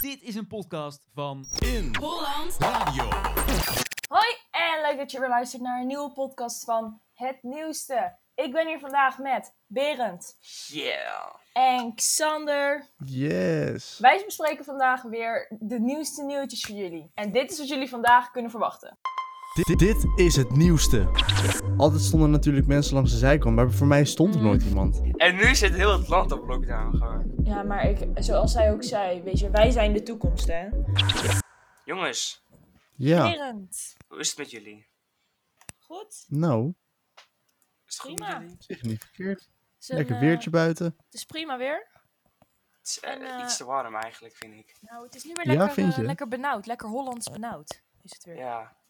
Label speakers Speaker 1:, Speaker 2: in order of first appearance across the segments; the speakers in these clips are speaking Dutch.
Speaker 1: Dit is een podcast van
Speaker 2: In
Speaker 3: Holland
Speaker 2: Radio.
Speaker 4: Hoi en leuk dat je weer luistert naar een nieuwe podcast van Het Nieuwste. Ik ben hier vandaag met Berend
Speaker 3: Yeah.
Speaker 4: en Xander.
Speaker 5: Yes.
Speaker 4: Wij bespreken vandaag weer de nieuwste nieuwtjes voor jullie. En dit is wat jullie vandaag kunnen verwachten.
Speaker 2: Dit, dit is het nieuwste.
Speaker 5: Altijd stonden natuurlijk mensen langs de zijkant, maar voor mij stond er nooit iemand.
Speaker 3: En nu zit heel het land op lockdown gewoon.
Speaker 4: Ja, maar ik, zoals zij ook zei, weet je, wij zijn de toekomst, hè?
Speaker 3: Jongens,
Speaker 5: Ja,
Speaker 4: Berend,
Speaker 3: hoe is het met jullie?
Speaker 4: goed?
Speaker 5: nou,
Speaker 3: Is het goed
Speaker 4: Prima.
Speaker 3: met jullie?
Speaker 5: zeg niet verkeerd.
Speaker 4: Is eh,
Speaker 5: Lekker weertje buiten.
Speaker 4: Het is prima weer.
Speaker 3: Het is eh,
Speaker 4: En, eh,
Speaker 3: iets te warm eigenlijk, vind ik.
Speaker 4: Nou, het is nu weer
Speaker 5: Ja, lekker, vind eh, je?
Speaker 4: lekker
Speaker 5: lekker
Speaker 4: benauwd, lekker Hollands benauwd. Is het weer.
Speaker 3: Ja.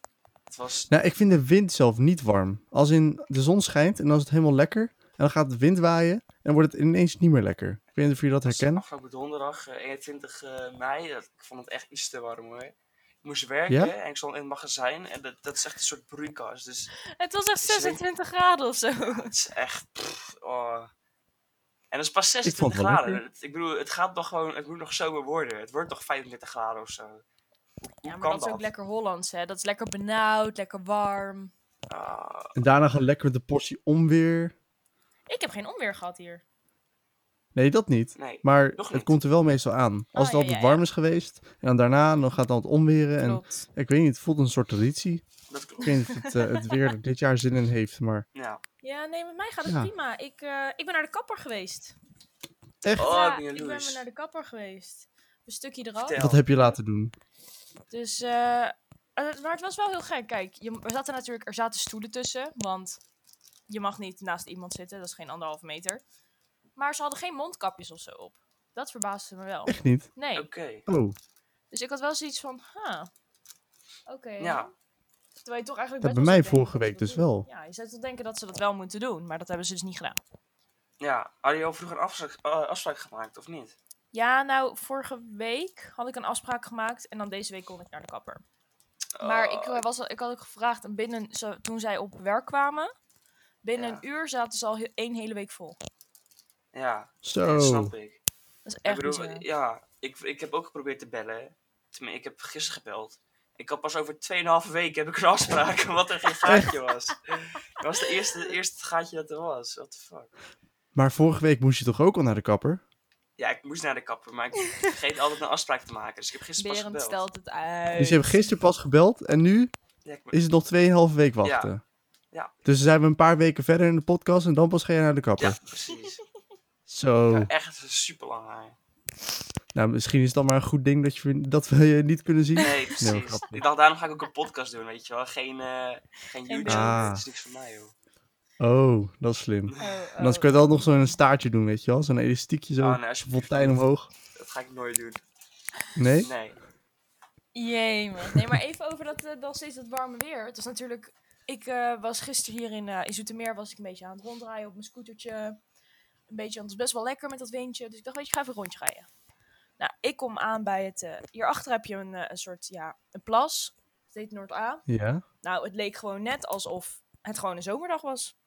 Speaker 3: Het was...
Speaker 5: Nou, ik vind de wind zelf niet warm. Als in de zon schijnt en dan is het helemaal lekker. En dan gaat de wind waaien en dan wordt het ineens niet meer lekker. Ik weet niet of jullie dat
Speaker 3: was
Speaker 5: herkennen.
Speaker 3: Afgelopen donderdag, eh, 21 mei, dat, ik vond het echt iets te warm hoor. Ik moest werken
Speaker 5: Ja?
Speaker 3: en ik stond in het magazijn en dat, dat is echt een soort broeikast. Dus
Speaker 4: Het was echt
Speaker 3: Is er een-
Speaker 4: 26 graden of zo.
Speaker 3: het is echt... pff, oh. En dat is pas
Speaker 5: Ik vond
Speaker 3: 26
Speaker 5: het wel
Speaker 3: graden.
Speaker 5: lekker.
Speaker 3: Het- Ik bedoel, het gaat nog gewoon... Het moet nog zomer worden. Het wordt nog 35 graden of zo. Hoe
Speaker 4: Ja, maar
Speaker 3: kan
Speaker 4: dat is ook lekker Hollands, hè? Dat is lekker benauwd, lekker warm.
Speaker 3: Ah,
Speaker 5: En daarna gewoon lekker met de portie onweer.
Speaker 4: Ik heb geen onweer gehad hier.
Speaker 5: Nee, dat niet.
Speaker 3: nee.
Speaker 5: Maar
Speaker 3: Nog niet.
Speaker 5: het komt er wel meestal aan. Als het
Speaker 4: Ah, ja,
Speaker 5: altijd
Speaker 4: ja,
Speaker 5: warm is geweest en dan daarna dan gaat het altijd onweren. En
Speaker 4: Klopt.
Speaker 5: ik weet niet, het voelt een soort traditie.
Speaker 3: Dat
Speaker 5: Ik
Speaker 3: klopt.
Speaker 5: weet niet of het, eh, het weer er dit jaar zin in heeft, maar
Speaker 3: Ja.
Speaker 4: Ja, nee, met mij gaat het
Speaker 5: Ja.
Speaker 4: prima. Ik, eh, ik ben naar de kapper geweest.
Speaker 5: echt,
Speaker 3: Oh,
Speaker 4: ja,
Speaker 3: ik ben
Speaker 4: ik ben
Speaker 3: jaloers.
Speaker 4: maar naar de kapper geweest. Een stukje eraf.
Speaker 3: Vertel.
Speaker 5: wat heb je laten doen?
Speaker 4: Dus, eh, eh, maar het was wel heel gek. Kijk, je, er, zaten natuurlijk, er zaten stoelen tussen, want je mag niet naast iemand zitten. Dat is geen anderhalve meter. Maar ze hadden geen mondkapjes of zo op. Dat verbaasde me wel.
Speaker 5: Echt niet?
Speaker 4: Nee.
Speaker 3: Oké.
Speaker 5: Oh,
Speaker 4: Dus ik had wel zoiets van, ha, oké.
Speaker 3: Ja.
Speaker 4: Terwijl je toch eigenlijk best
Speaker 5: Dat bij
Speaker 4: wel zou
Speaker 5: mij
Speaker 4: denken
Speaker 5: vorige
Speaker 4: dat ze
Speaker 5: week
Speaker 4: dat
Speaker 5: dus
Speaker 4: doen.
Speaker 5: wel.
Speaker 4: Ja, je zou toch denken dat ze dat wel moeten doen, maar dat hebben ze dus niet gedaan.
Speaker 3: Ja, hadden jullie al vroeger een afspraak, eh, afspraak gemaakt, of niet?
Speaker 4: Ja, nou, vorige week had ik een afspraak gemaakt en dan deze week kon ik naar de kapper. Maar
Speaker 3: Oh,
Speaker 4: ik, eh, was al, ik had ook gevraagd, en binnen, zo, toen zij op werk kwamen, binnen
Speaker 3: Ja.
Speaker 4: een uur zaten ze al he- één hele week vol.
Speaker 3: Ja,
Speaker 5: zo.
Speaker 3: dat snap ik.
Speaker 4: Dat is
Speaker 3: Ik
Speaker 4: echt
Speaker 3: bedoel,
Speaker 4: bizar.
Speaker 3: ja, ik, ik heb ook geprobeerd te bellen. Tenminste, ik heb gisteren gebeld. Ik had pas over 2,5 week heb ik een afspraak, wat er geen gaatje was. Dat was de eerste, het eerste gaatje dat er was. What the fuck.
Speaker 5: Maar vorige week moest je toch ook al naar de kapper?
Speaker 3: Ja, ik moest naar de kapper, maar ik vergeet altijd een afspraak te maken. Dus ik heb gisteren pas
Speaker 4: eh, Berend
Speaker 3: gebeld.
Speaker 4: stelt het uit.
Speaker 5: Dus je hebt gisteren pas gebeld en nu
Speaker 3: Ja, ik moet-
Speaker 5: is het nog 2,5 week wachten.
Speaker 3: Ja.
Speaker 5: Dus dan zijn we een paar weken verder in de podcast en dan pas ga je naar de kapper.
Speaker 3: ja, precies.
Speaker 5: Zo.
Speaker 3: Ja, echt super lang haar.
Speaker 5: Nou, misschien is het dan maar een goed ding dat, je, dat we je niet kunnen zien.
Speaker 3: Nee, precies.
Speaker 5: maar grapje.
Speaker 3: ik dacht, daarom ga ik ook een podcast doen, weet je wel. Geen, eh, geen YouTube,
Speaker 5: Ah.
Speaker 3: dat is niks voor mij, joh.
Speaker 5: Oh, dat is slim.
Speaker 4: Oh, oh.
Speaker 5: En dan kun je wel nog zo'n staartje doen, weet je wel? Zo'n elastiekje zo.
Speaker 3: Oh, nee, alsjeblieft
Speaker 5: Fontein
Speaker 3: niet.
Speaker 5: omhoog.
Speaker 3: Dat ga ik nooit doen.
Speaker 5: Nee?
Speaker 3: Nee.
Speaker 4: Jemig. Nee, maar even over dat, eh, nog steeds dat warme weer. Het was natuurlijk... Ik eh, was gisteren hier in, eh in Zoetermeer was ik een beetje aan het ronddraaien op mijn scootertje. Een beetje, want het is best wel lekker met dat windje. Dus ik dacht, weet je, ik ga even een rondje rijden. Nou, ik kom aan bij het... eh, hierachter heb je een, eh, een soort, ja, een plas. Het heet Noord-A.
Speaker 5: Ja?
Speaker 4: Nou, het leek gewoon net alsof het gewoon een zomerdag was.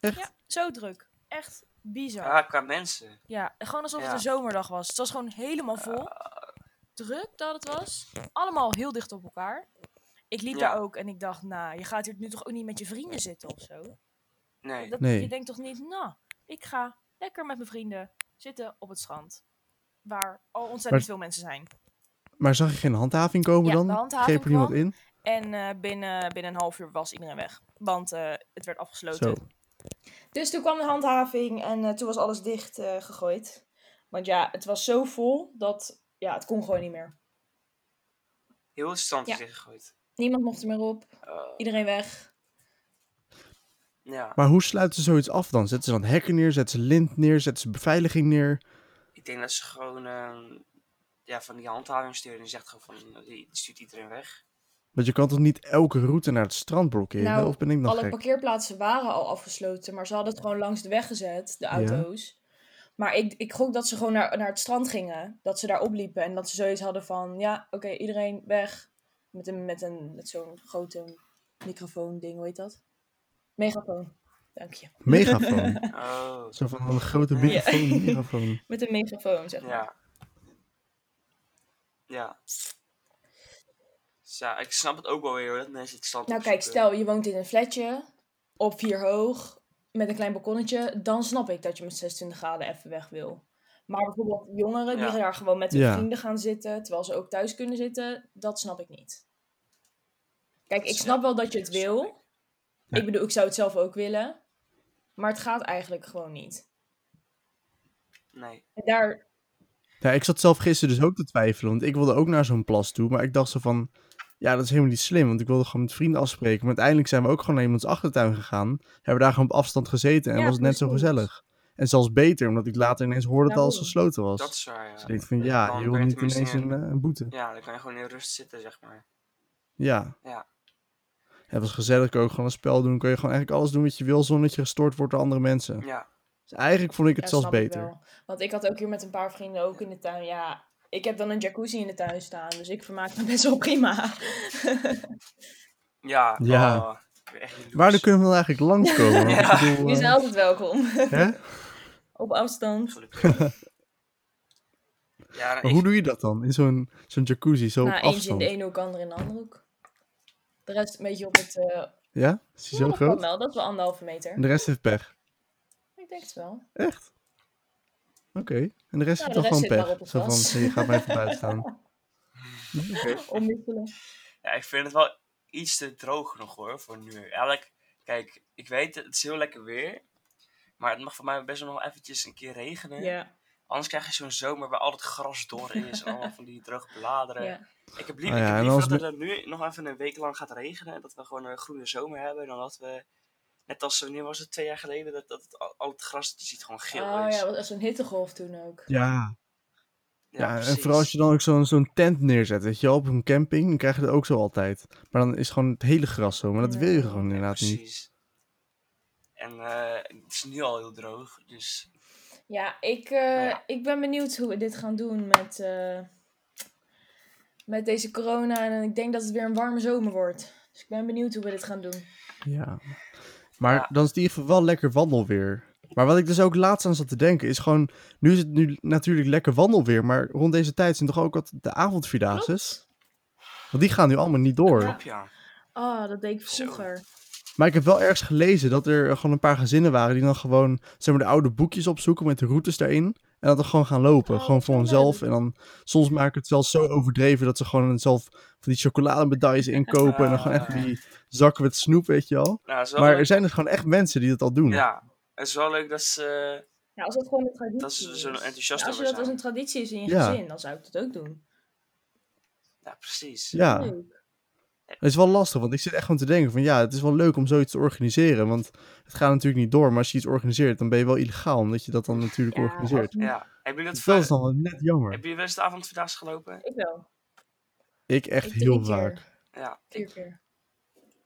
Speaker 5: Echt?
Speaker 4: Ja, zo druk. Echt bizar.
Speaker 3: Ah, qua mensen.
Speaker 4: Ja, gewoon alsof het
Speaker 3: Ja. Eh.
Speaker 4: een zomerdag was. Het was gewoon helemaal vol. Druk dat het was. Allemaal heel dicht op elkaar. Ik liep
Speaker 3: Ja.
Speaker 4: daar ook en ik dacht, nou, je gaat hier nu toch ook niet met je vrienden zitten of zo?
Speaker 3: Nee.
Speaker 4: Dat,
Speaker 5: Nee.
Speaker 4: Je denkt toch niet, nou, ik ga lekker met mijn vrienden zitten op het strand. Waar al ontzettend
Speaker 5: Maar-
Speaker 4: veel mensen zijn.
Speaker 5: Maar zag je geen handhaving komen
Speaker 4: Ja,
Speaker 5: dan?
Speaker 4: de handhaving
Speaker 5: Greep er niemand
Speaker 4: kwam.
Speaker 5: in?
Speaker 4: En eh, binnen, binnen een half uur was iedereen weg. Want eh, het werd afgesloten.
Speaker 5: Zo.
Speaker 4: Dus toen kwam de handhaving en eh, toen was alles dicht eh, gegooid. Want ja, het was zo vol dat ja, het kon gewoon niet meer.
Speaker 3: Heel het strand is
Speaker 4: Ja.
Speaker 3: ingegooid.
Speaker 4: Niemand mocht er meer op.
Speaker 5: Oh.
Speaker 3: Eh,
Speaker 4: Iedereen weg.
Speaker 3: ja,
Speaker 5: Maar hoe sluiten ze zoiets af dan? Zetten ze dan hekken neer? Zetten ze lint neer? Zetten ze beveiliging neer?
Speaker 3: ik denk dat ze gewoon ehm, ja, van die handhaving sturen. Die zegt gewoon van, eh, die stuurt iedereen weg.
Speaker 5: Want je kan toch niet elke route naar het strand blokkeren?
Speaker 4: Nou,
Speaker 5: of ben ik dan
Speaker 4: Alle
Speaker 5: gek?
Speaker 4: parkeerplaatsen waren al afgesloten, maar ze hadden het gewoon langs de weg gezet, de auto's. Maar ik, ik gok dat ze gewoon naar, naar het strand gingen. Dat ze daar opliepen en dat ze zoiets hadden van, ja, oké, iedereen weg. Met, een, met, een, met zo'n grote microfoon ding, hoe heet dat? Megafoon. Dank je.
Speaker 5: Megafoon.
Speaker 3: Oh,
Speaker 5: Zo van een grote microfoon. megafoon.
Speaker 4: Met een megafoon, zeg maar.
Speaker 3: ja. Ja. Dus ja, ik snap het ook wel weer hoor, dat mensen het stand
Speaker 4: Nou kijk,
Speaker 3: opzoeken.
Speaker 4: stel je woont in een flatje op vier hoog met een klein balkonnetje, dan snap ik dat je met 26 graden even weg wil. Maar bijvoorbeeld jongeren die
Speaker 3: Ja.
Speaker 4: daar gewoon met hun
Speaker 5: Ja.
Speaker 4: vrienden gaan zitten, terwijl ze ook thuis kunnen zitten, dat snap ik niet. Kijk,
Speaker 3: Dat
Speaker 4: ik
Speaker 3: is-
Speaker 4: snap wel dat je het
Speaker 3: dat snap ik.
Speaker 4: wil. Ik bedoel, ik zou het zelf ook willen, maar het gaat eigenlijk gewoon niet.
Speaker 3: Nee.
Speaker 4: En daar,
Speaker 5: Ja, ik zat zelf gisteren dus ook te twijfelen, want ik wilde ook naar zo'n plas toe. Maar ik dacht zo van, ja, dat is helemaal niet slim, want ik wilde gewoon met vrienden afspreken. Maar uiteindelijk zijn we ook gewoon naar iemands achtertuin gegaan. Hebben we daar gewoon op afstand gezeten en
Speaker 4: Ja,
Speaker 5: was het net zo
Speaker 4: precies. Nou,
Speaker 5: gezellig. En zelfs beter, omdat ik later ineens hoorde dat alles
Speaker 4: Daarom.
Speaker 5: gesloten was.
Speaker 3: Dat is waar, ja.
Speaker 5: Dus ik denk van,
Speaker 3: Dan
Speaker 5: ja,
Speaker 3: ben
Speaker 5: je wil
Speaker 3: je
Speaker 5: niet
Speaker 3: tenminste
Speaker 5: ineens een,
Speaker 3: in-
Speaker 5: eh, een boete.
Speaker 3: Ja, dan kan je gewoon in rust zitten, zeg maar.
Speaker 5: Ja.
Speaker 3: Ja.
Speaker 5: Het was gezellig, kun je ook gewoon een spel doen. Kun je gewoon eigenlijk alles doen wat je wil, zonder dat je gestoord wordt door andere mensen.
Speaker 3: Ja,
Speaker 5: Dus eigenlijk vond ik het
Speaker 4: ja,
Speaker 5: zelfs
Speaker 4: snap ik
Speaker 5: beter.
Speaker 4: wel. Want ik had ook hier met een paar vrienden ook in de tuin, ja, ik heb dan een jacuzzi in de tuin staan, dus ik vermaak me best wel prima.
Speaker 3: ja.
Speaker 5: Ja.
Speaker 3: oh, ik ben echt niet
Speaker 5: Waar
Speaker 3: loes.
Speaker 5: kunnen we dan eigenlijk langskomen?
Speaker 3: Ja.
Speaker 5: Want ik bedoel,
Speaker 4: Je bent
Speaker 5: eh,
Speaker 4: altijd welkom.
Speaker 5: hè?
Speaker 4: Op afstand.
Speaker 3: Gelukkig. ja, dan
Speaker 5: Maar hoe doe je dat dan? In zo'n zo'n jacuzzi, zo
Speaker 4: nou,
Speaker 5: op
Speaker 4: eentje in
Speaker 5: afstand?
Speaker 4: de ene hoek, andere in de andere hoek. De rest een beetje op het... eh nou,
Speaker 5: Ja? Is die zo
Speaker 4: dat kan
Speaker 5: groot?
Speaker 4: wel, dat is wel anderhalve meter.
Speaker 5: En de rest heeft pech.
Speaker 4: Ik denk het wel.
Speaker 5: Echt? Oké. En de rest
Speaker 4: Nou, de
Speaker 5: heeft dan
Speaker 4: rest
Speaker 5: gewoon
Speaker 4: zit maar op
Speaker 5: pech.
Speaker 4: het
Speaker 5: Zo van,
Speaker 4: gras.
Speaker 5: zie je gaat mij even buiten staan. Oké.
Speaker 4: Omwisselen.
Speaker 3: Ja, ik vind het wel iets te droog nog hoor, voor nu. Eigenlijk, kijk, ik weet het, het is heel lekker weer. Maar het mag voor mij best wel nog eventjes een keer regenen.
Speaker 4: Ja,
Speaker 3: Anders krijg je zo'n zomer waar al het gras door is. en allemaal van die droge bladeren.
Speaker 4: ja.
Speaker 3: Ik heb liever,
Speaker 5: Nou
Speaker 3: ik
Speaker 5: ja, en
Speaker 3: heb liever
Speaker 5: als
Speaker 3: dat het er nu nog even een week lang gaat regenen. En dat we gewoon een groene zomer hebben. Dan dat we, net als, wanneer was het, twee jaar geleden. Dat, dat het, al, al het gras dat je ziet gewoon geel
Speaker 4: Oh
Speaker 3: is.
Speaker 4: ja, dat was een hittegolf toen ook.
Speaker 5: Ja. Ja, en
Speaker 3: precies.
Speaker 5: vooral als je dan ook zo'n zo'n tent neerzet, weet je wel, op een camping, dan krijg je het ook zo altijd. Maar dan is gewoon het hele gras zo, maar dat wil je gewoon
Speaker 3: Ja,
Speaker 5: inderdaad niet.
Speaker 3: precies. En eh, het is nu al heel droog, dus
Speaker 4: Ja, ik, eh,
Speaker 3: Ja.
Speaker 4: ik ben benieuwd hoe we dit gaan doen met, eh, met deze corona. En ik denk dat het weer een warme zomer wordt. Dus ik ben benieuwd hoe we dit gaan doen.
Speaker 5: Ja. Maar
Speaker 3: Ja.
Speaker 5: dan is het in ieder geval wel lekker wandelweer. Maar wat ik dus ook laatst aan zat te denken, is gewoon... Nu is het nu natuurlijk lekker wandelweer, maar rond deze tijd zijn toch ook altijd de avondvierdaagses? Want die gaan nu allemaal niet door.
Speaker 3: klopt ja.
Speaker 4: Oh, dat deed ik
Speaker 3: Zo.
Speaker 4: vroeger.
Speaker 5: Maar ik heb wel ergens gelezen dat er gewoon een paar gezinnen waren... die dan gewoon zeg maar, de oude boekjes opzoeken met de routes daarin. En dat dan gewoon gaan lopen,
Speaker 4: Oh,
Speaker 5: gewoon voor
Speaker 4: zo
Speaker 5: hunzelf.
Speaker 4: leuk.
Speaker 5: En dan soms maken we het zelfs zo overdreven... dat ze gewoon zelf van die chocolademedailles inkopen... en dan gewoon
Speaker 3: Ah.
Speaker 5: echt van die zakken met snoep, weet je wel.
Speaker 3: Nou, het is wel
Speaker 5: Maar
Speaker 3: leuk-
Speaker 5: er zijn dus gewoon echt mensen die dat al doen.
Speaker 3: Ja, het is wel leuk dat ze...
Speaker 4: Ja, als dat gewoon een traditie
Speaker 3: Dat ze zo
Speaker 4: is.
Speaker 3: enthousiast
Speaker 4: Als je
Speaker 3: over
Speaker 4: dat als
Speaker 3: zijn.
Speaker 4: een traditie is in je
Speaker 5: Ja.
Speaker 4: gezin, dan zou ik dat ook doen.
Speaker 3: Ja, precies.
Speaker 5: Ja,
Speaker 4: Leuk.
Speaker 5: het is wel lastig, want ik zit echt gewoon te denken van ja, het is wel leuk om zoiets te organiseren, want het gaat natuurlijk niet door, maar als je iets organiseert, dan ben je wel illegaal, omdat je dat dan natuurlijk
Speaker 4: Ja,
Speaker 5: organiseert.
Speaker 4: als-
Speaker 3: Ja. Hebben jullie
Speaker 5: Dus
Speaker 3: dat
Speaker 5: dat
Speaker 3: veel?
Speaker 5: is dan wel net jammer.
Speaker 3: Heb je wel eens de avond vandaag gelopen?
Speaker 4: Ik wel.
Speaker 5: Ik echt
Speaker 4: Ik drie
Speaker 5: heel
Speaker 4: keer.
Speaker 5: vaak.
Speaker 3: Ja.
Speaker 4: Vier keer.